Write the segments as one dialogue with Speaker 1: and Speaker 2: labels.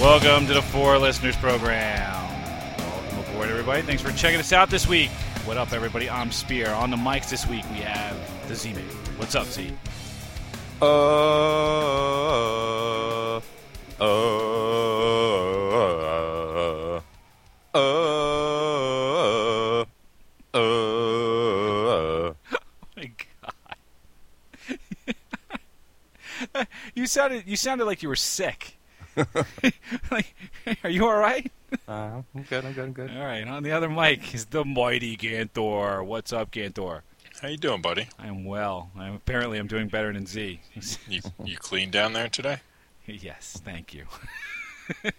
Speaker 1: Welcome to the Four Listeners Program. Welcome aboard, everybody. Thanks for checking us out this week. What up, everybody? I'm Spear. On the mics this week, we have the Z Man. What's up, Z?
Speaker 2: Uh, uh, uh, uh, uh,
Speaker 1: Oh my God. you sounded you sounded like you were sick. like, are you all right?
Speaker 2: uh. I'm good. I'm good. I'm good.
Speaker 1: All right. On the other mic is the mighty Gantor. What's up, Gantor?
Speaker 3: How you doing, buddy?
Speaker 1: I am well. I'm, apparently, I'm doing better than Z.
Speaker 3: You you clean down there today?
Speaker 1: yes, thank you.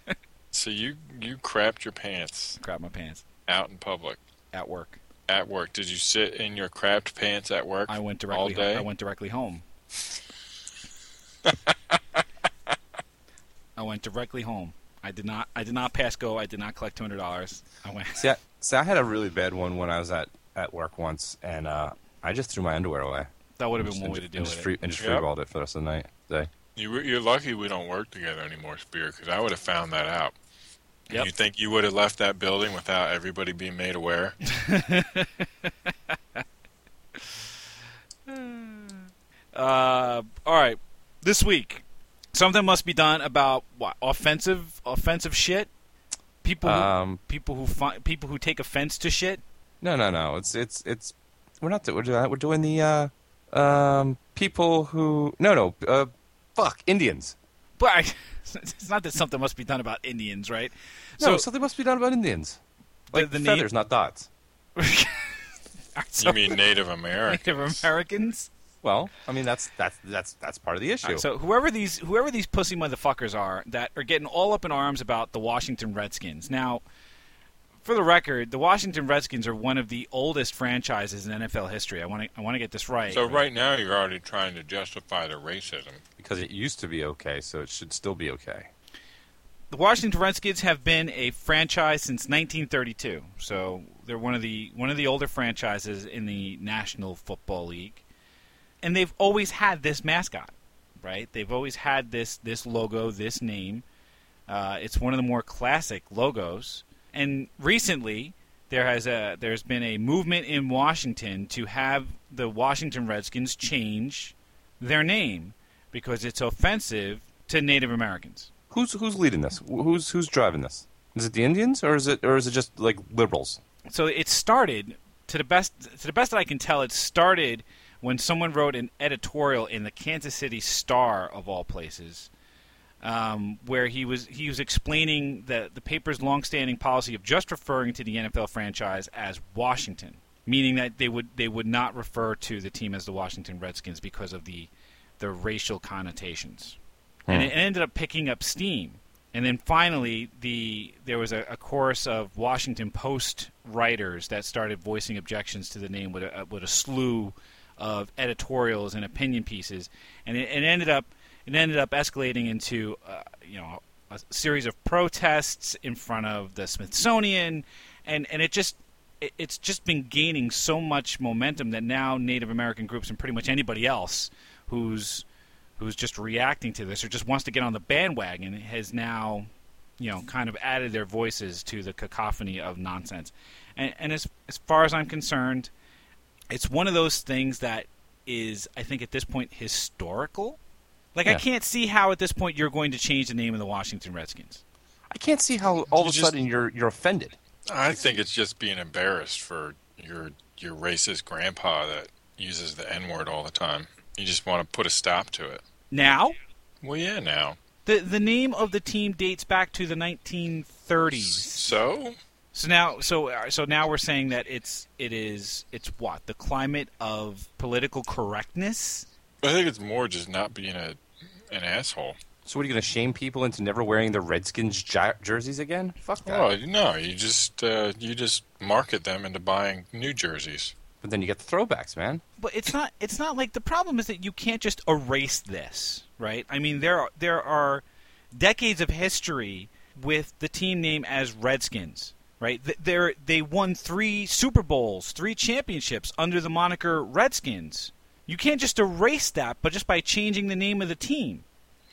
Speaker 3: So you you crapped your pants
Speaker 1: Crap my pants
Speaker 3: out in public
Speaker 1: at work.
Speaker 3: at work. Did you sit in your crapped pants at work?
Speaker 1: I went
Speaker 3: all
Speaker 1: directly.
Speaker 3: day.
Speaker 1: I went directly home. I went directly home. I did not. I did not pass go. I did not collect two hundred dollars. I went.
Speaker 2: See, I, see, I had a really bad one when I was at, at work once, and uh, I just threw my underwear away.
Speaker 1: That would have
Speaker 2: Just-
Speaker 1: been one way
Speaker 2: and
Speaker 1: to
Speaker 2: just-
Speaker 1: do it.
Speaker 2: and just free, And just
Speaker 3: Yep.
Speaker 2: freeballed it for the rest of the night. Day.
Speaker 3: You were- you're lucky we don't work together anymore, Spear, because I would have found that out.
Speaker 1: Yep.
Speaker 3: You think you would have left that building without everybody being made aware?
Speaker 1: Uh, all right. This week, something must be done about what offensive offensive shit. People who,
Speaker 2: Um,
Speaker 1: people who find people who take offense to shit.
Speaker 2: No, no, no. It's it's it's. We're not. do- We're doing. that. We're doing the uh, um, people who. No, no. Uh, fuck Indians.
Speaker 1: But I, it's not that something must be done about Indians, right?
Speaker 2: No, something must be done about Indians.
Speaker 1: The-
Speaker 2: Like
Speaker 1: the name-
Speaker 2: feathers, not dots.
Speaker 1: so
Speaker 3: You mean Native American?
Speaker 1: Native Americans.
Speaker 2: Well, I mean that's that's that's that's part of the issue.
Speaker 1: Alright, so whoever these whoever these pussy motherfuckers are that are getting all up in arms about the Washington Redskins. Now, for the record, the Washington Redskins are one of the oldest franchises in NFL history. I want to I want to get this right.
Speaker 3: So right now you're already trying to justify the racism.
Speaker 2: because it used to be okay, so it should still be okay.
Speaker 1: the Washington Redskins have been a franchise since 1932. So they're one of the one of the older franchises in the National Football League. And they've always had this mascot, right? They've always had this this logo, this name. Uh, it's one of the more classic logos. And recently, there has a there's been a movement in Washington to have the Washington Redskins change their name because it's offensive to Native Americans.
Speaker 2: Who's who's leading this? Wh- Who's who's driving this? Is it the Indians or is it or is it just like liberals?
Speaker 1: so it started to the best to the best that I can tell. It started when someone wrote an editorial in the Kansas City Star of all places, um, where he was he was explaining the the paper's longstanding policy of just referring to the NFL franchise as Washington, meaning that they would they would not refer to the team as the Washington Redskins because of the the racial connotations and it ended up picking up steam. And then finally, the there was a, a chorus of Washington Post writers that started voicing objections to the name with a, with a slew of editorials and opinion pieces, and it, it ended up it ended up escalating into uh, you know a series of protests in front of the Smithsonian, and and it just it, it's just been gaining so much momentum that now Native American groups and pretty much anybody else who's who's just reacting to this or just wants to get on the bandwagon has now, you know, kind of added their voices to the cacophony of nonsense. And, and as as far as I'm concerned, it's one of those things that is, I think, at this point, historical. Like I
Speaker 2: Yeah.
Speaker 1: can't see how at this point you're going to change the name of the Washington Redskins.
Speaker 2: I can't see how all of a
Speaker 3: You just-
Speaker 2: sudden you're you're offended.
Speaker 3: I think it's just being embarrassed for your your racist grandpa that uses the N word all the time. You just want to put a stop to it.
Speaker 1: Now,
Speaker 3: Well, yeah, now.
Speaker 1: the the name of the team dates back to the 1930s.
Speaker 3: So
Speaker 1: So now, so uh, so now we're saying that it's it is it's what the climate of political correctness.
Speaker 3: I think it's more just not being a an asshole.
Speaker 2: So what are you going to shame people into never wearing the Redskins jer- jerseys again? Fuck that.
Speaker 3: Oh no, you just uh, you just market them into buying new jerseys.
Speaker 2: But then you get the throwbacks, man.
Speaker 1: But it's not it's not like the problem is that you can't just erase this, right? I mean, there are, there are decades of history with the team name as Redskins, right? Th- They're, they won three Super Bowls, three championships under the moniker Redskins. You can't just erase that, but just by changing the name of the team.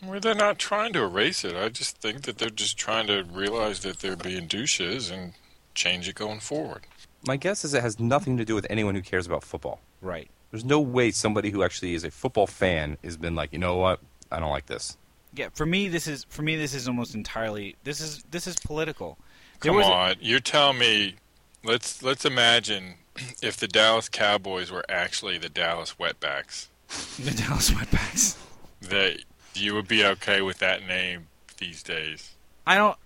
Speaker 3: Well, they're not trying to erase it. I just think that they're just trying to realize that they're being douches and change it going forward.
Speaker 2: My guess is it has nothing to do with anyone who cares about football.
Speaker 1: Right.
Speaker 2: There's no way somebody who actually is a football fan has been like, you know what, I don't like this.
Speaker 1: Yeah. For me, this is for me this is almost entirely this is this is political. There
Speaker 3: Come
Speaker 1: was a-
Speaker 3: on, you're telling me. Let's let's imagine if the Dallas Cowboys were actually the Dallas Wetbacks,
Speaker 1: the Dallas Wetbacks.
Speaker 3: that you would be okay with that name these days.
Speaker 1: I don't.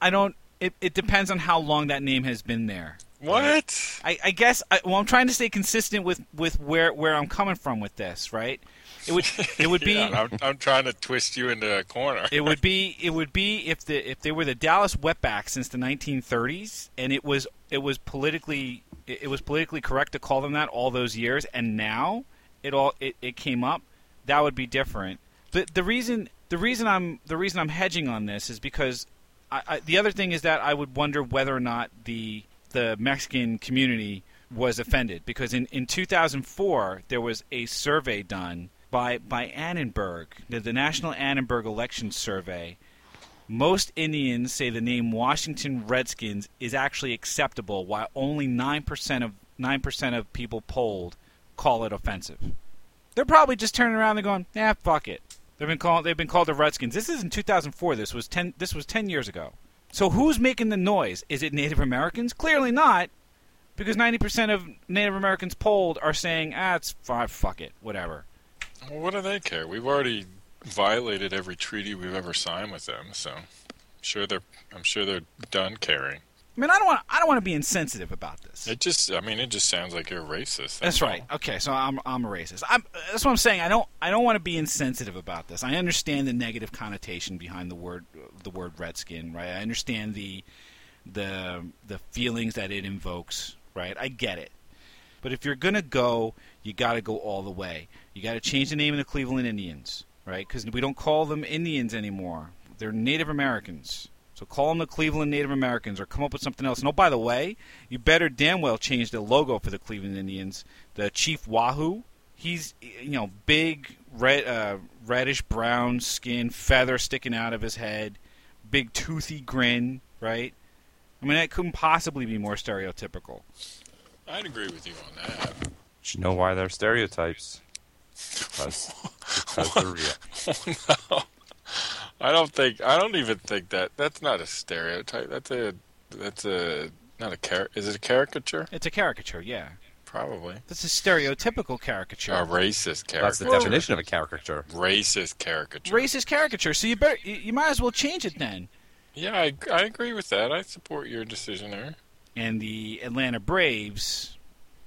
Speaker 1: I don't. It, it depends on how long that name has been there.
Speaker 3: What?
Speaker 1: I, I guess. I, well, I'm trying to stay consistent with, with where, where I'm coming from with this, right? It would it would be
Speaker 3: Yeah, I'm, I'm trying to twist you into a corner.
Speaker 1: it would be it would be if the if they were the Dallas Wetbacks since the 1930s, and it was it was politically it, it was politically correct to call them that all those years, and now it all it, it came up. That would be different. the The reason the reason I'm the reason I'm hedging on this is because I, I, the other thing is that I would wonder whether or not the the Mexican community was offended because in, in 2004 there was a survey done by by Annenberg, the, the National Annenberg Election Survey. Most Indians say the name Washington Redskins is actually acceptable, while only nine percent of nine percent of people polled call it offensive. They're probably just turning around and going, "Nah, fuck it." They've been called they've been called the Redskins. This is in 2004. This was 10 this was 10 years ago. So who's making the noise? Is it Native Americans? Clearly not, because 90% of Native Americans polled are saying, "Ah, it's fine, fuck it, whatever."
Speaker 3: Well, what do they care? We've already violated every treaty we've ever signed with them, so I'm sure they're I'm sure they're done caring.
Speaker 1: I mean, I don't want I don't want to be insensitive about this.
Speaker 3: It just I mean it just sounds like you're racist.
Speaker 1: That's right. Okay, so I'm I'm a racist. I'm, that's what I'm saying. I don't I don't want to be insensitive about this. I understand the negative connotation behind the word the word redskin, right? I understand the the the feelings that it invokes, right? I get it. But if you're gonna go, you got to go all the way. You got to change the name of the Cleveland Indians, right? Because we don't call them Indians anymore. They're Native Americans. So call them the Cleveland Native Americans, or come up with something else. And oh, by the way, you better damn well change the logo for the Cleveland Indians. The Chief Wahoo, he's you know big red, uh, reddish brown skin, feather sticking out of his head, big toothy grin, right? I mean, that couldn't possibly be more stereotypical.
Speaker 3: I'd agree with you on that.
Speaker 2: But you know why they're stereotypes? Because, because they're real.
Speaker 3: I don't think I don't even think that that's not a stereotype. That's a that's a not a car is it a caricature?
Speaker 1: It's a caricature, yeah.
Speaker 3: Probably.
Speaker 1: That's a stereotypical
Speaker 3: A
Speaker 1: caricature.
Speaker 3: racist caricature.
Speaker 2: That's the definition of a caricature.
Speaker 3: Racist caricature.
Speaker 1: Racist caricature. So you better you- you might as well change it then.
Speaker 3: yeah, I, I agree with that. I support your decision there.
Speaker 1: And the Atlanta Braves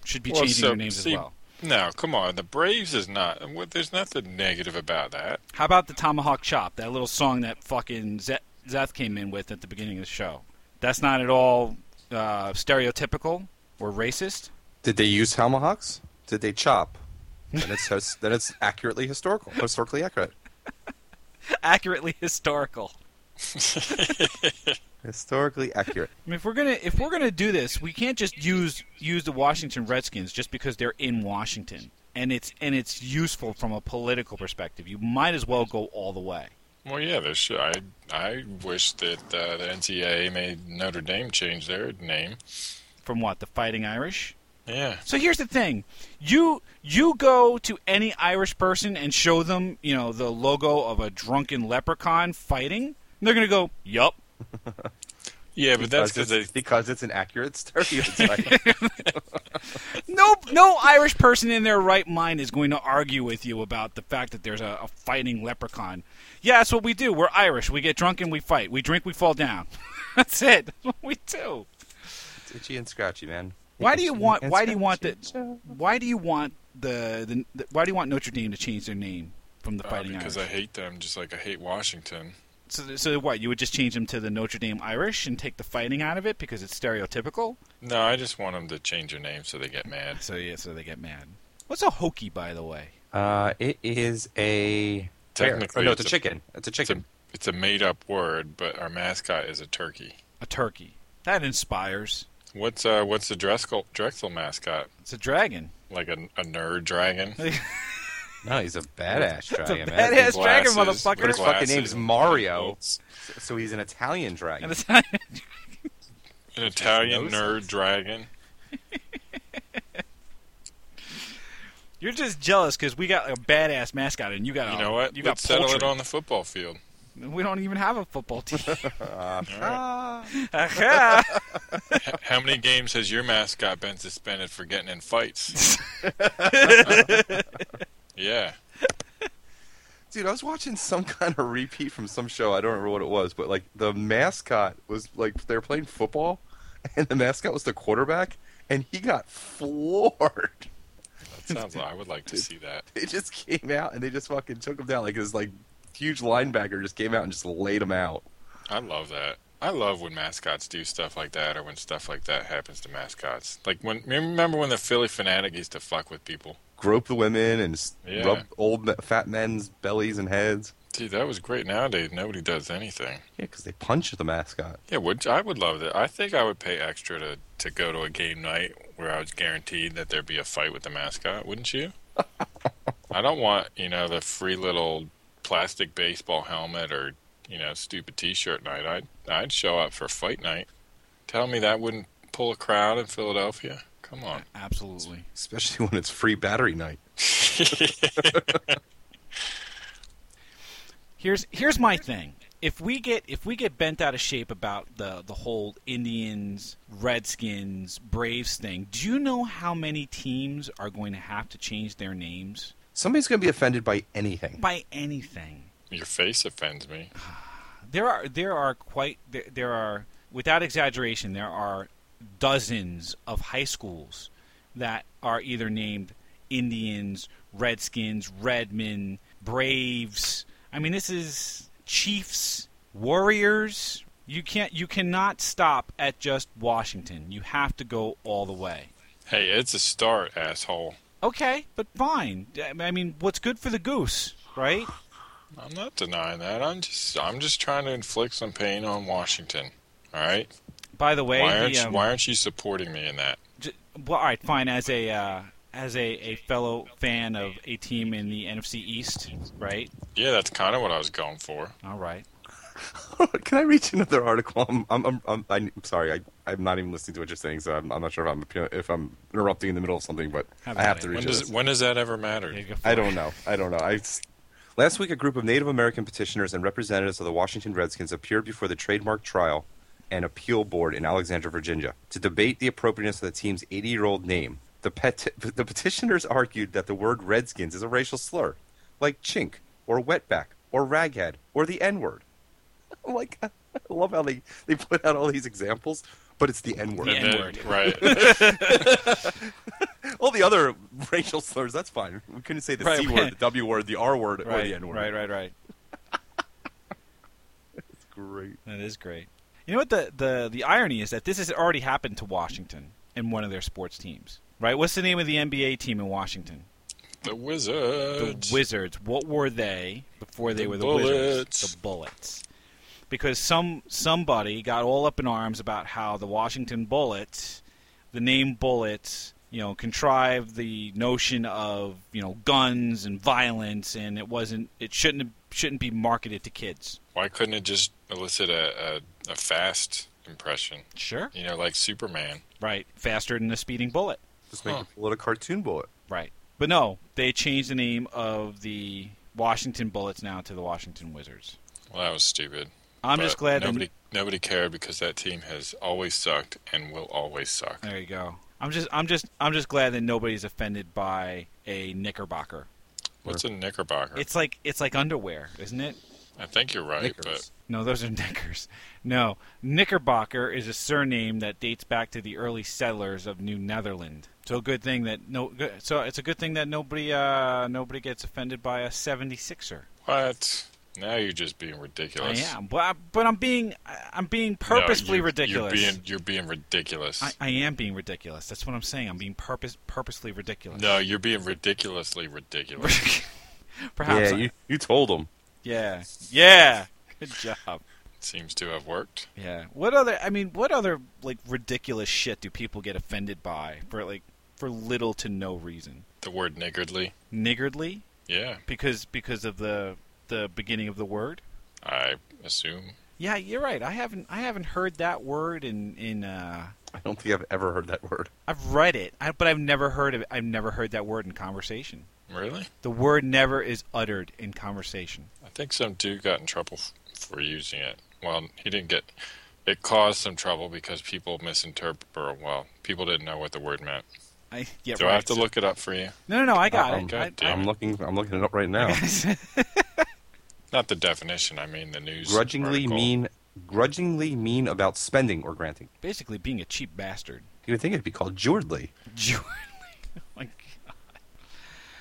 Speaker 1: should be
Speaker 3: Well,
Speaker 1: changing
Speaker 3: so-
Speaker 1: their names
Speaker 3: see-
Speaker 1: as well.
Speaker 3: No, come on. The Braves is not. What, there's nothing negative about that.
Speaker 1: How about the tomahawk chop? That little song that fucking Ze- Zeth came in with at the beginning of the show. That's not at all uh, stereotypical or racist.
Speaker 2: Did they use tomahawks? Did they chop? Then it's, his- then it's accurately historical, historically accurate.
Speaker 1: Accurately historical.
Speaker 2: Historically accurate.
Speaker 1: I mean, if we're gonna if we're gonna do this, we can't just use use the Washington Redskins just because they're in Washington and it's and it's useful from a political perspective. You might as well go all the way.
Speaker 3: Well, yeah, there should. I I wish that uh, the NCAA made Notre Dame change their name.
Speaker 1: From what the Fighting Irish.
Speaker 3: Yeah,
Speaker 1: So here's the thing. You you go to any Irish person and show them, you know, the logo of a drunken leprechaun fighting, and they're going to go, "Yup."
Speaker 3: yeah, but that's because they
Speaker 2: it's, because it's an accurate stereotype.
Speaker 1: No no Irish person in their right mind is going to argue with you about the fact that there's a, a fighting leprechaun. Yeah, that's what we do. We're Irish. We get drunk and we fight. We drink, we fall down. that's it. That's what we do.
Speaker 2: it's itchy and scratchy, man.
Speaker 1: Why do you
Speaker 2: Itchy
Speaker 1: want
Speaker 2: and
Speaker 1: why do you want the
Speaker 2: scratchy, Joe.
Speaker 1: why do you want the, the, the why do you want Notre Dame to change their name from the
Speaker 3: uh,
Speaker 1: Fighting Irish?
Speaker 3: because I hate them just like I hate Washington.
Speaker 1: So, so what? You would just change them to the Notre Dame Irish and take the fighting out of it because it's stereotypical.
Speaker 3: No, I just want them to change their name so they get mad.
Speaker 1: So yeah, so they get mad. What's a hokey, by the way?
Speaker 2: Uh, it is a bear.
Speaker 3: Technically,
Speaker 2: Oh, no, it's a
Speaker 3: it's a-
Speaker 2: chicken. It's a
Speaker 3: It's a
Speaker 2: chicken.
Speaker 3: it's a made up word, but our mascot is a turkey.
Speaker 1: A turkey. That inspires.
Speaker 3: What's uh what's the Drexel Drexel mascot?
Speaker 1: It's a dragon.
Speaker 3: Like a, a nerd dragon?
Speaker 2: No, he's a badass dragon. man.
Speaker 1: badass dragon,
Speaker 3: Glasses,
Speaker 1: motherfucker.
Speaker 2: But his fucking
Speaker 3: glasses,
Speaker 2: name's Mario.
Speaker 3: boots.
Speaker 2: So he's an Italian dragon.
Speaker 1: And it's-
Speaker 3: An Italian
Speaker 2: Nose.
Speaker 3: nerd dragon.
Speaker 1: You're just jealous because we got a badass mascot and you got a,
Speaker 3: You know what?
Speaker 1: Oh, You got
Speaker 3: Let's settle it
Speaker 1: poultry.
Speaker 3: on the football field.
Speaker 1: We don't even have a football team.
Speaker 2: Ah.
Speaker 1: Aha.
Speaker 3: H- How many games has your mascot been suspended for getting in fights? yeah.
Speaker 2: Dude, I was watching some kind of repeat from some show. I don't remember what it was, but like the mascot was like they were playing football, and the mascot was the quarterback, and he got floored.
Speaker 3: That sounds like I would like to see that.
Speaker 2: They just came out and they just fucking took him down. Like this like huge linebacker just came out and just laid him out.
Speaker 3: I love that. I love when mascots do stuff like that or when stuff like that happens to mascots. Like when remember when the Philly fanatic used to fuck with people?
Speaker 2: Grope the women and s
Speaker 3: Yeah.
Speaker 2: rub old me- fat men's bellies and heads.
Speaker 3: Dude, that was great. Nowadays, nobody does anything.
Speaker 2: Yeah, because they punch the mascot.
Speaker 3: Yeah, would I would love that. I think I would pay extra to, to go to a game night where I was guaranteed that there'd be a fight with the mascot, wouldn't you? I don't want, you know, the free little plastic baseball helmet or, you know, stupid t-shirt night. I'd I'd show up for fight night. Tell me that wouldn't pull a crowd in Philadelphia? Come on.
Speaker 1: Absolutely.
Speaker 2: Especially when it's free battery night.
Speaker 1: Here's here's my thing. If we get if we get bent out of shape about the the whole Indians, Redskins, Braves thing, do you know how many teams are going to have to change their names
Speaker 2: Somebody's gonna be offended by anything.
Speaker 1: by anything?
Speaker 3: Your face offends me.
Speaker 1: There are there are quite there, there are without exaggeration there are dozens of high schools that are either named Indians, Redskins, Redmen, Braves. I mean this is Chiefs, Warriors. You can't you cannot stop at just Washington. You have to go all the way.
Speaker 3: Hey, it's a start, asshole.
Speaker 1: Okay, but fine. I mean, what's good for the goose, right?
Speaker 3: I'm not denying that. I'm just I'm just trying to inflict some pain on Washington. All right?
Speaker 1: By the way,
Speaker 3: Why aren't,
Speaker 1: the,
Speaker 3: you,
Speaker 1: um,
Speaker 3: why aren't you supporting me in that?
Speaker 1: J- well, all right, fine. As a uh, as a, a fellow fan of a team in the NFC East, right?
Speaker 3: Yeah, that's kind of what I was going for.
Speaker 1: All right.
Speaker 2: Can I reach another article? I'm, I'm, I'm, I'm, I'm sorry. I, I'm not even listening to what you're saying, so I'm, I'm not sure if I'm if I'm interrupting in the middle of something, but
Speaker 1: How
Speaker 2: I
Speaker 1: about
Speaker 2: have
Speaker 1: it?
Speaker 2: to
Speaker 3: When
Speaker 2: reach
Speaker 3: does
Speaker 2: this.
Speaker 3: when does that ever matter?
Speaker 1: There you go.
Speaker 2: I don't know. I don't know. I s- last week, a group of Native American petitioners and representatives of the Washington Redskins appeared before the trademark trial and appeal board in Alexandria, Virginia, to debate the appropriateness of the team's 80-year-old name. The, pet- the petitioners argued that the word Redskins is a racial slur, like chink or wetback or raghead or the N-word. I'm like, I love how they, they put out all these examples, but it's the N-word.
Speaker 1: The
Speaker 3: And
Speaker 1: N-word.
Speaker 3: then- right.
Speaker 2: All the other racial slurs, that's fine. We couldn't say the
Speaker 1: Right,
Speaker 2: C-word,
Speaker 1: right.
Speaker 2: the W-word, the R-word, or the
Speaker 1: Right,
Speaker 2: N-word.
Speaker 1: right, right, right.
Speaker 2: Great.
Speaker 1: That is great. You know what the, the the irony is that this has already happened to Washington in one of their sports teams, right? What's the name of the NBA team in Washington?
Speaker 3: The
Speaker 1: The
Speaker 3: Wizards.
Speaker 1: Wizards. What were they before they
Speaker 3: The
Speaker 1: were the Wizards?
Speaker 3: Bullets.
Speaker 1: The Bullets. Because some somebody got all up in arms about how the Washington Bullets, the name Bullets, you know, contrived the notion of you know guns and violence, and it wasn't, it shouldn't shouldn't be marketed to kids.
Speaker 3: Why couldn't it just elicit a, a, a fast impression?
Speaker 1: Sure.
Speaker 3: You know, like Superman.
Speaker 1: Right. Faster than a speeding bullet.
Speaker 2: Just
Speaker 3: Huh.
Speaker 2: make a little cartoon bullet.
Speaker 1: Right. But no, they changed the name of the Washington Bullets now to the Washington Wizards.
Speaker 3: Well, that was stupid.
Speaker 1: I'm
Speaker 3: But
Speaker 1: just glad that
Speaker 3: nobody nobody cared because that team has always sucked and will always suck.
Speaker 1: There you go. I'm just, I'm just, I'm just glad that nobody's offended by a knickerbocker.
Speaker 3: What's a knickerbocker?
Speaker 1: It's like, it's like underwear, isn't it?
Speaker 3: I think you're right,
Speaker 2: Knickers.
Speaker 1: No, those are knickers. No, knickerbocker is a surname that dates back to the early settlers of New Netherland. So good thing that no, good- so it's a good thing that nobody, uh, nobody gets offended by a 76er.
Speaker 3: but what? Now you're just being
Speaker 1: I
Speaker 3: ridiculous.
Speaker 1: am, but, I, but I'm being, I'm being
Speaker 3: No,
Speaker 1: purposefully
Speaker 3: you're-
Speaker 1: ridiculous.
Speaker 3: You're being you're being ridiculous.
Speaker 1: I, I am being ridiculous. That's what I'm saying. I'm being purpose, purposely ridiculous.
Speaker 3: No, you're being ridiculously ridiculous.
Speaker 1: Perhaps.
Speaker 2: yeah, you, you told them.
Speaker 1: Yeah. Yeah. Good job.
Speaker 3: Seems to have worked.
Speaker 1: Yeah. What other I mean, what other like ridiculous shit do people get offended by for like for little to no reason?
Speaker 3: The word niggardly.
Speaker 1: Niggardly?
Speaker 3: Yeah,
Speaker 1: because because of the the beginning of the word.
Speaker 3: I assume.
Speaker 1: Yeah, you're right. I haven't I haven't heard that word in in uh,
Speaker 2: I don't think I've ever heard that word.
Speaker 1: I've read it, I, but I've never heard of it. I've never heard that word in conversation.
Speaker 3: Really?
Speaker 1: The word never is uttered in conversation.
Speaker 3: I think some dude got in trouble f- for using it. Well, he didn't get. It caused some trouble because people misinterpret. or, Well, people didn't know what the word meant.
Speaker 1: I yeah.
Speaker 3: Do
Speaker 1: right.
Speaker 3: I have to look Uh, it up for you?
Speaker 1: No, no, no. I got
Speaker 2: Um,
Speaker 1: it.
Speaker 3: God
Speaker 1: I-
Speaker 3: damn
Speaker 2: I'm looking. I'm looking it up right now.
Speaker 1: I-
Speaker 3: Not the definition. I mean the news.
Speaker 2: Grudgingly
Speaker 3: article.
Speaker 2: mean. Grudgingly mean about spending or granting.
Speaker 1: basically, being a cheap bastard.
Speaker 2: You would think it'd be called jewelry.
Speaker 1: Jordan Lee. like,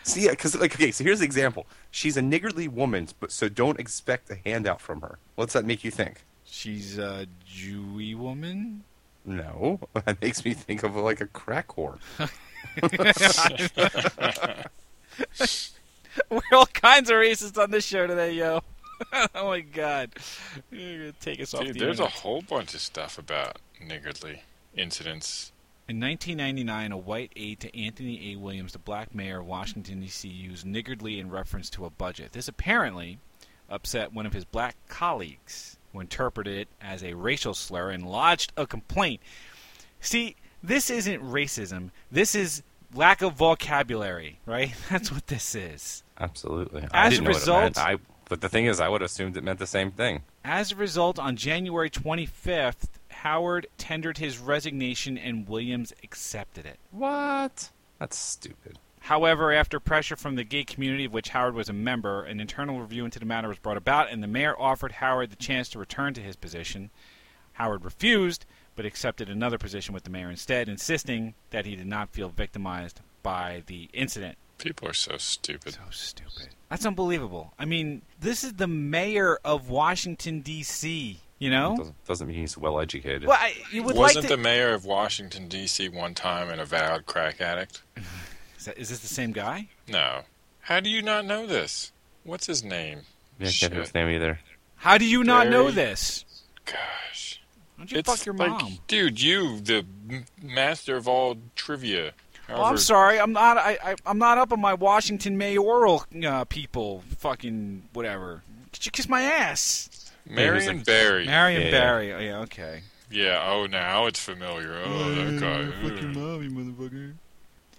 Speaker 2: See, yeah, because like, okay, so here's the example. She's a niggardly woman, but so don't expect a handout from her. What's that make you think?
Speaker 1: she's a Jewy woman.
Speaker 2: No, that makes me think of like a crack whore.
Speaker 1: We're all kinds of racist on this show today, yo. oh my god, You're gonna take us off
Speaker 3: Dude,
Speaker 1: the
Speaker 3: there's a
Speaker 1: internet.
Speaker 3: whole bunch of stuff about niggardly incidents.
Speaker 1: In 1999, a white aide to Anthony A. Williams, the black mayor of Washington, D.C., used niggardly in reference to a budget. This apparently upset one of his black colleagues, who interpreted it as a racial slur and lodged a complaint. See, this isn't racism. This is lack of vocabulary, right? That's what this is.
Speaker 2: Absolutely.
Speaker 1: As a result-
Speaker 2: I, but the thing is, I would have assumed it meant the same thing.
Speaker 1: As a result, on January 25th, Howard tendered his resignation and Williams accepted it.
Speaker 2: What? That's stupid.
Speaker 1: However, after pressure from the gay community of which Howard was a member, an internal review into the matter was brought about, and the mayor offered Howard the chance to return to his position. Howard refused, but accepted another position with the mayor instead, insisting that he did not feel victimized by the incident.
Speaker 3: People are so stupid.
Speaker 1: So stupid. That's unbelievable. I mean, this is the mayor of Washington, D.C., you know?
Speaker 2: Doesn't, doesn't mean he's well educated.
Speaker 1: Well, I, you would
Speaker 3: Wasn't
Speaker 1: like to...
Speaker 3: the mayor of Washington D.C. one time an avowed crack addict?
Speaker 1: Is, that, is this the same guy?
Speaker 3: No. How do you not know this? What's his name?
Speaker 2: Yeah, I can't
Speaker 3: Shit.
Speaker 2: remember his name either.
Speaker 1: How do you not know
Speaker 3: Gary-
Speaker 1: this?
Speaker 3: Gosh.
Speaker 1: Why don't you fuck your
Speaker 3: like,
Speaker 1: mom?
Speaker 3: Dude, you, the m- master of all trivia.
Speaker 1: Well, Oh, I'm
Speaker 3: However-
Speaker 1: sorry. I'm not. I, I I'm not up on my Washington mayoral uh, people. Fucking whatever. Could you kiss my ass,
Speaker 3: Marion
Speaker 2: He's like-
Speaker 3: Barry.
Speaker 1: Marion
Speaker 2: Yeah.
Speaker 1: Barry? Oh, yeah. Okay.
Speaker 3: yeah, oh, now it's familiar. Oh, that guy.
Speaker 1: mommy, motherfucker.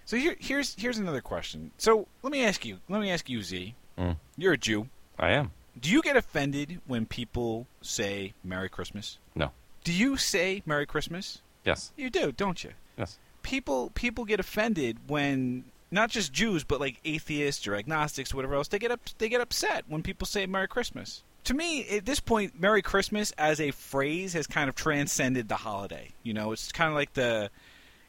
Speaker 1: So here, here's here's another question. So let me ask you. Let me ask you, Z.
Speaker 2: Mm.
Speaker 1: You're a Jew.
Speaker 2: I am.
Speaker 1: Do you get offended when people say Merry Christmas?
Speaker 2: No.
Speaker 1: Do you say Merry Christmas?
Speaker 2: Yes.
Speaker 1: You do, don't you?
Speaker 2: Yes.
Speaker 1: people people get offended when not just Jews but like atheists or agnostics whatever else they get up they get upset when people say Merry Christmas. To me, at this point, Merry Christmas as a phrase has kind of transcended the holiday. You know, it's kind of like the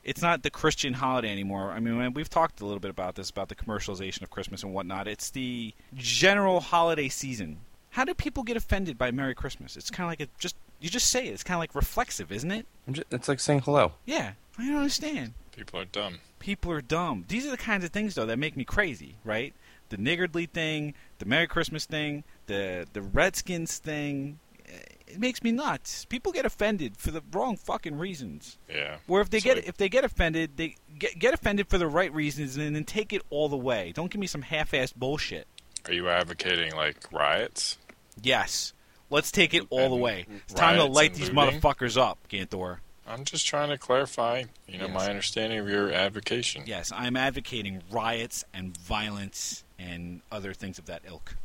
Speaker 1: it's not the Christian holiday anymore. I mean, when- we've talked a little bit about this about the commercialization of Christmas and whatnot. It's the general holiday season. How do people get offended by Merry Christmas? It's kind of like it just you just say it. It's kind of like reflexive, isn't it?
Speaker 2: I'm ju- it's like saying hello.
Speaker 1: Yeah, I don't understand
Speaker 3: People are dumb.
Speaker 1: people are dumb. These are the kinds of things though that make me crazy, right? The niggardly thing, the Merry Christmas thing, the the Redskins thing. eh, It makes me nuts. People get offended for the wrong fucking reasons.
Speaker 3: Yeah.
Speaker 1: Or if they
Speaker 3: It's
Speaker 1: get
Speaker 3: like-
Speaker 1: if they get offended, they get get offended for the right reasons and then take it all the way. Don't give me some half-assed bullshit.
Speaker 3: Are you advocating, like, riots?
Speaker 1: Yes. Let's take it all the way. It's time to
Speaker 3: Mm-hmm. Riots
Speaker 1: light
Speaker 3: and
Speaker 1: these
Speaker 3: looting?
Speaker 1: motherfuckers up, Ganthor.
Speaker 3: I'm just trying to clarify, you know,
Speaker 1: Yes.
Speaker 3: my understanding of your advocation.
Speaker 1: Yes, I'm advocating riots and violence and other things of that ilk.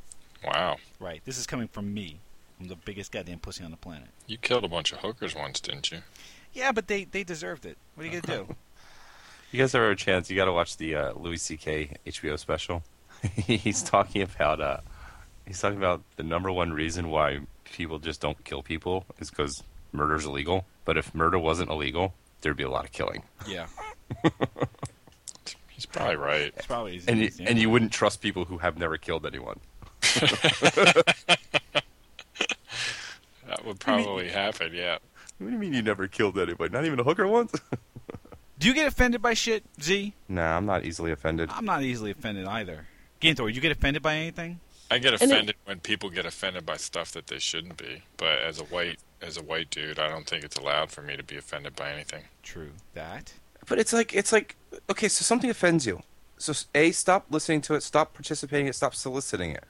Speaker 3: Wow.
Speaker 1: Right. This is coming from me. I'm the biggest goddamn pussy on the planet.
Speaker 3: You killed a bunch of hookers once, didn't you?
Speaker 1: Yeah, but they, they deserved it. What are you gonna do?
Speaker 2: You guys ever have a chance? You got to watch the uh, Louis C.K. HBO special. he's talking about uh, he's talking about the number one reason why people just don't kill people is because murder's illegal. But if murder wasn't illegal, there'd be a lot of killing,
Speaker 1: yeah,
Speaker 3: He's probably right.
Speaker 1: it's probably easy.
Speaker 2: and you, and you wouldn't trust people who have never killed anyone.
Speaker 3: That would probably happen, yeah.
Speaker 2: What do you mean you never killed anybody? Not even a hooker once?
Speaker 1: do you get offended by shit, Z?
Speaker 2: nah, I'm not easily offended.
Speaker 1: I'm not easily offended either. Ganthor, you get offended by anything?
Speaker 3: I get
Speaker 4: it-
Speaker 3: offended when people get offended by stuff that they shouldn't be. But as a white as a white dude, I don't think it's allowed for me to be offended by anything.
Speaker 1: True that.
Speaker 2: But it's like it's like okay, so something offends you. So a stop listening to it, stop participating in it, stop soliciting it.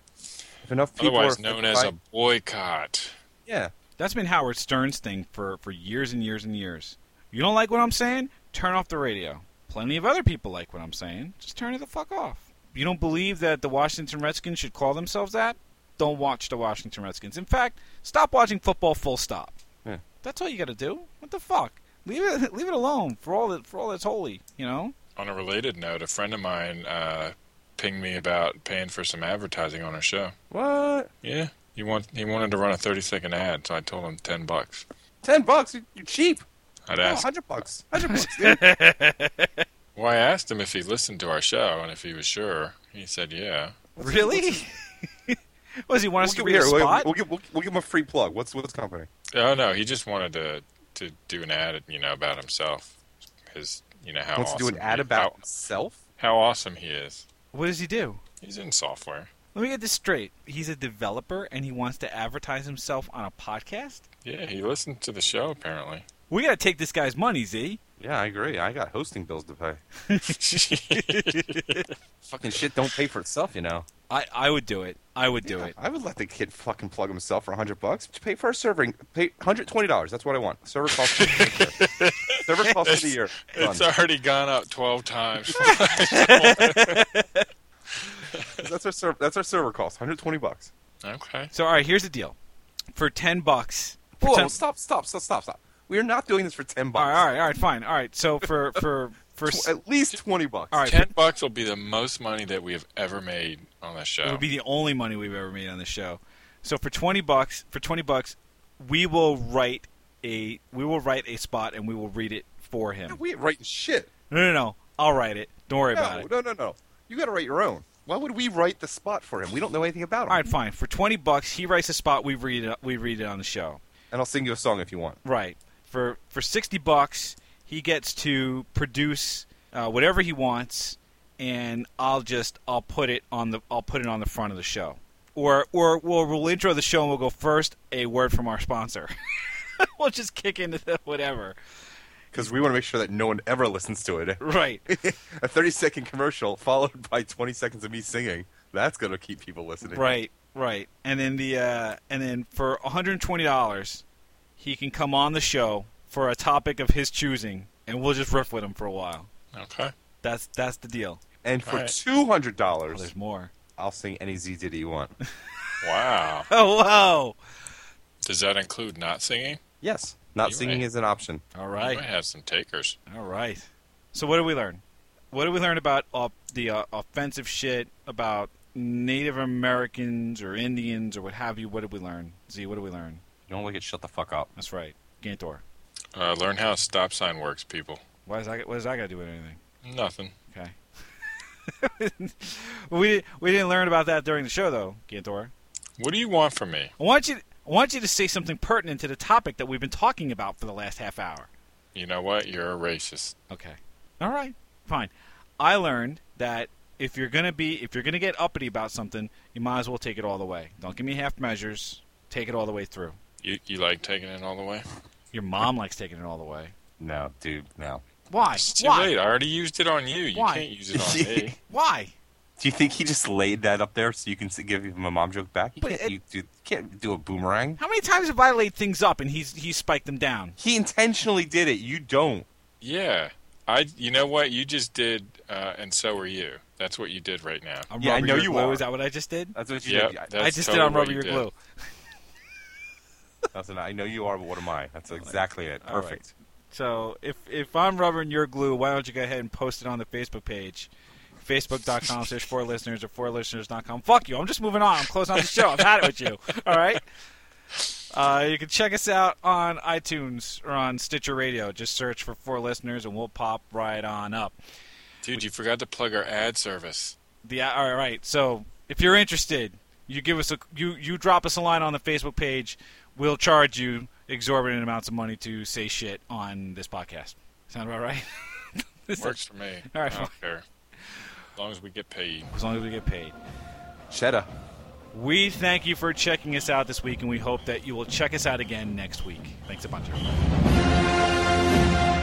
Speaker 2: If enough people
Speaker 3: Otherwise
Speaker 2: are
Speaker 3: known
Speaker 2: affected
Speaker 3: as
Speaker 2: by
Speaker 3: a
Speaker 2: it-
Speaker 3: boycott.
Speaker 2: yeah,
Speaker 1: That's been Howard Stern's thing for, for years and years and years. You don't like what I'm saying? Turn off the radio. Plenty of other people like what I'm saying. Just turn it the fuck off. You don't believe that the Washington Redskins should call themselves that? Don't watch the Washington Redskins. In fact, stop watching football full stop.
Speaker 2: Yeah.
Speaker 1: That's all you got to do. What the fuck? Leave it leave it alone for all that for all that's holy, you know?
Speaker 3: On a related note, a friend of mine uh, pinged me about paying for some advertising on our show.
Speaker 2: what
Speaker 3: Yeah, he want he wanted to run a thirty second ad, so I told him ten bucks.
Speaker 2: ten bucks? You- You're cheap.
Speaker 3: I'd
Speaker 2: No,
Speaker 3: ask.
Speaker 2: hundred bucks. Hundred bucks. dude.
Speaker 3: Well, I asked him if he listened to our show and if he was sure. He said, "Yeah."
Speaker 1: really? what does he want
Speaker 2: We'll
Speaker 1: us to
Speaker 2: give,
Speaker 1: read a
Speaker 2: here, we'll,
Speaker 1: spot?
Speaker 2: we'll give, we'll, we'll give him a free plug. What's what's the company?
Speaker 3: Oh no, he just wanted to to do an ad, you know, about himself. His, you know, how
Speaker 2: Wants
Speaker 3: Oh, awesome
Speaker 2: to do an ad
Speaker 3: he,
Speaker 2: about
Speaker 3: how,
Speaker 2: himself.
Speaker 3: how awesome he is.
Speaker 1: what does he do?
Speaker 3: He's in software.
Speaker 1: Let me get this straight. He's a developer and he wants to advertise himself on a podcast?
Speaker 3: Yeah, he listened to the show apparently.
Speaker 1: We gotta take this guy's money, Z.
Speaker 2: Yeah, I agree. I got hosting bills to pay. Fucking shit don't pay for itself, you know.
Speaker 1: I, I would do it. I would do
Speaker 2: Yeah,
Speaker 1: it.
Speaker 2: I would let the kid fucking plug himself for hundred bucks. Pay for a server. Pay hundred twenty dollars. That's what I want. Server cost. for the year. server cost of the year. Done.
Speaker 3: it's already gone up twelve times.
Speaker 2: That's our server. That's our server cost. Hundred twenty bucks.
Speaker 3: okay.
Speaker 1: So all right, here's the deal. For ten bucks. For
Speaker 2: Whoa!
Speaker 1: 10
Speaker 2: Stop! Stop! Stop! Stop! Stop! We are not doing this for ten
Speaker 1: all
Speaker 2: bucks.
Speaker 1: right, all right, all right, fine. All right. So for for for s-
Speaker 2: Tw- oh. At least twenty bucks.
Speaker 1: All right.
Speaker 3: Ten bucks will be the most money that we have ever made on this
Speaker 1: it
Speaker 3: show.
Speaker 1: would be the only money we've ever made on the show. So for twenty bucks, for twenty bucks, we will write a we will write a spot and we will read it for him.
Speaker 2: We ain't writing shit.
Speaker 1: No, no, no. I'll write it. Don't worry about
Speaker 2: No,
Speaker 1: it.
Speaker 2: no, no, no. You got to write your own. Why would we write the spot for him? We don't know anything about him.
Speaker 1: All right, fine. For twenty bucks, he writes a spot. We read it. We read it on the show.
Speaker 2: And I'll sing you a song if you want.
Speaker 1: Right. For for sixty bucks, he gets to produce uh, whatever he wants, and I'll just I'll put it on the I'll put it on the front of the show, or or we'll we'll intro the show and we'll go first a word from our sponsor. we'll just kick into the whatever.
Speaker 2: Because we want to make sure that no one ever listens to it.
Speaker 1: Right.
Speaker 2: a 30 second commercial followed by 20 seconds of me singing. That's going to keep people listening.
Speaker 1: Right. Right. And then the uh, and then for one hundred and twenty dollars, he can come on the show for a topic of his choosing, and we'll just riff with him for a while.
Speaker 3: okay.
Speaker 1: That's that's the deal.
Speaker 2: And for
Speaker 3: All right.
Speaker 1: Oh,
Speaker 2: $200,
Speaker 1: there's more.
Speaker 2: I'll sing any Z Diddy you want.
Speaker 3: Wow.
Speaker 1: Oh wow.
Speaker 3: Does that include not singing?
Speaker 2: Yes. Not
Speaker 3: You
Speaker 2: singing
Speaker 3: may.
Speaker 2: is an option.
Speaker 1: All
Speaker 3: I
Speaker 1: right,
Speaker 3: might have some takers.
Speaker 1: all right. So what did we learn? What did we learn about uh, the uh, offensive shit about Native Americans or Indians or what have you? What did we learn? Z, what did we learn?
Speaker 2: You don't like it, shut the fuck up.
Speaker 1: That's right, Gantor.
Speaker 3: Uh, learn how a stop sign works, people.
Speaker 1: Why is that? What does that got to do with anything?
Speaker 3: Nothing.
Speaker 1: Okay. we didn't, we didn't learn about that during the show though, Gantor.
Speaker 3: What do you want from me?
Speaker 1: I want you I want you to say something pertinent to the topic that we've been talking about for the last half hour.
Speaker 3: You know what? You're a racist.
Speaker 1: Okay. All right. Fine. I learned that if you're gonna be if you're gonna get uppity about something, you might as well take it all the way. Don't give me half measures. Take it all the way through.
Speaker 3: You you like taking it all the way?
Speaker 1: Your mom likes taking it all the way.
Speaker 2: No, dude, no.
Speaker 1: Why?
Speaker 3: It's too
Speaker 1: Why?
Speaker 3: late. I already used it on you. You
Speaker 1: Why?
Speaker 3: can't use it on me.
Speaker 1: Why?
Speaker 2: Do you think he just laid that up there so you can s- give him a mom joke back? You
Speaker 1: But
Speaker 2: can't,
Speaker 1: it-
Speaker 2: you do, can't do a boomerang.
Speaker 1: How many times have I laid things up and he's he's spiked them down?
Speaker 2: He intentionally did it. You don't.
Speaker 3: Yeah. I. You know what? You just did, uh, and so are you. That's what you did right now.
Speaker 1: I'm
Speaker 2: Yeah, I
Speaker 1: rubbing
Speaker 2: know
Speaker 1: your
Speaker 2: you
Speaker 1: glue.
Speaker 2: are.
Speaker 1: Is that what I just did?
Speaker 2: That's what you
Speaker 3: Yeah.
Speaker 2: did. I-
Speaker 1: I
Speaker 3: That's
Speaker 1: just did
Speaker 3: totally
Speaker 1: on
Speaker 3: what
Speaker 1: rubber
Speaker 3: you
Speaker 1: your
Speaker 3: did.
Speaker 1: glue.
Speaker 2: Nothing. I know you are, but what am I? That's exactly it.
Speaker 1: All right.
Speaker 2: Perfect.
Speaker 1: So if if I'm rubbing your glue, why don't you go ahead and post it on the Facebook page? Facebook.com slash four listeners or four listeners.com. Fuck you. I'm just moving on. I'm closing out the show. I've had it with you. All right. Uh, you can check us out on iTunes or on Stitcher Radio. Just search for four listeners and we'll pop right on up.
Speaker 3: Dude, you forgot to plug our ad service.
Speaker 1: The all right. So if you're interested, you give us a you you drop us a line on the Facebook page. We'll charge you exorbitant amounts of money to say shit on this podcast. Sound about right? This-
Speaker 3: Works for me.
Speaker 1: All right,
Speaker 3: I don't care. As long as we get paid.
Speaker 1: as long as we get paid.
Speaker 2: Cheddar.
Speaker 1: We thank you for checking us out this week, and we hope that you will check us out again next week. Thanks a bunch, everybody.